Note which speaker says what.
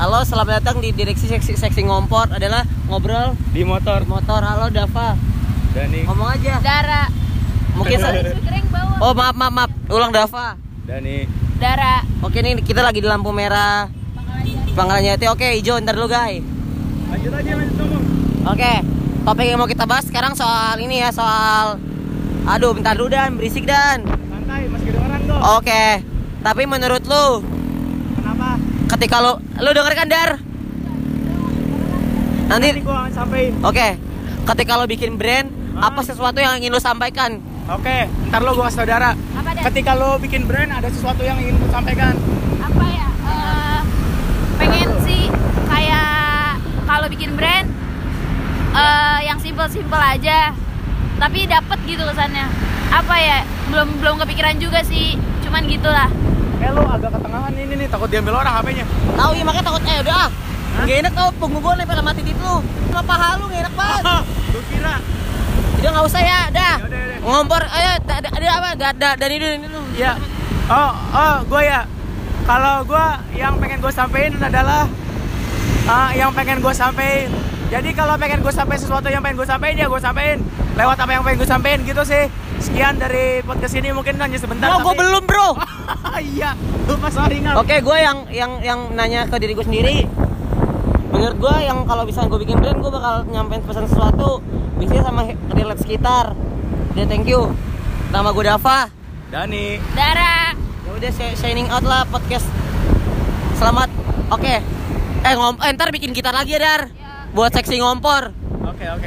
Speaker 1: Halo, selamat datang di direksi seksi, seksi ngompor adalah ngobrol
Speaker 2: di motor
Speaker 1: di motor. Halo Dava,
Speaker 2: Dani
Speaker 1: ngomong aja.
Speaker 3: Dara.
Speaker 1: Mungkin sa-
Speaker 3: Kering bawa.
Speaker 1: Oh maaf maaf maaf, ulang Dava.
Speaker 2: Dani
Speaker 3: Dara.
Speaker 1: Oke nih kita lagi di lampu merah. Pangkalan Jati. Oke, hijau ntar dulu guys.
Speaker 2: lanjut aja lanjut ngomong
Speaker 1: Oke, topik yang mau kita bahas sekarang soal ini ya soal. Aduh, bentar dulu dan berisik dan.
Speaker 2: santai masih kedengeran kok
Speaker 1: Oke, tapi menurut lu
Speaker 2: kenapa
Speaker 1: ketika lu lu denger kan dar? Nanti
Speaker 2: gua akan sampein
Speaker 1: Oke, ketika lo bikin brand,
Speaker 2: Ah.
Speaker 1: apa sesuatu yang ingin lo sampaikan?
Speaker 2: oke ntar lo gua kasih tau Dara
Speaker 3: Apa Dar?
Speaker 2: ketika lo bikin brand ada sesuatu yang ingin gua sampaikan
Speaker 3: Apa ya? Eh, pengen sih kayak kalau bikin brand eh, yang simple-simple aja. Tapi dapet gitu kesannya. Apa ya? Belum belum kepikiran juga sih. Cuman gitulah.
Speaker 2: eh lo agak ketengahan ini nih takut diambil orang HP-nya
Speaker 1: Tahu ya makanya takut eh udah ah. Gak enak tau punggung gue nempel sama titik lu. Sama paha lu gak enak banget.
Speaker 2: lo kira
Speaker 1: Udah nggak usah ya, dah.
Speaker 2: Yaudah, yaudah.
Speaker 1: Ngompor ayo da- da- ada apa? Da- da- dari dulu dari dulu.
Speaker 2: ya oh oh gua ya kalau gua yang pengen gua sampein adalah ah, yang pengen gua sampein jadi kalau pengen gue sampein sesuatu yang pengen gue sampein ya gue sampein lewat apa yang pengen gue sampein gitu sih sekian dari podcast ini mungkin hanya sebentar
Speaker 1: Bro, gue
Speaker 2: tapi-
Speaker 1: belum, Bro.
Speaker 2: iya lupa sorry nggak
Speaker 1: Oke, gue yang yang yang nanya ke diri gue sendiri. Menurut gue yang kalau bisa gue bikin brand, gue bakal nyampein pesan sesuatu biasanya sama he- relate sekitar. Udah, thank you. Nama gue Dava.
Speaker 2: Dani
Speaker 3: Dara.
Speaker 1: ya udah saya shining out lah podcast selamat oke eh ngom eh, ntar bikin gitar lagi ya dar buat seksi ngompor
Speaker 2: oke oke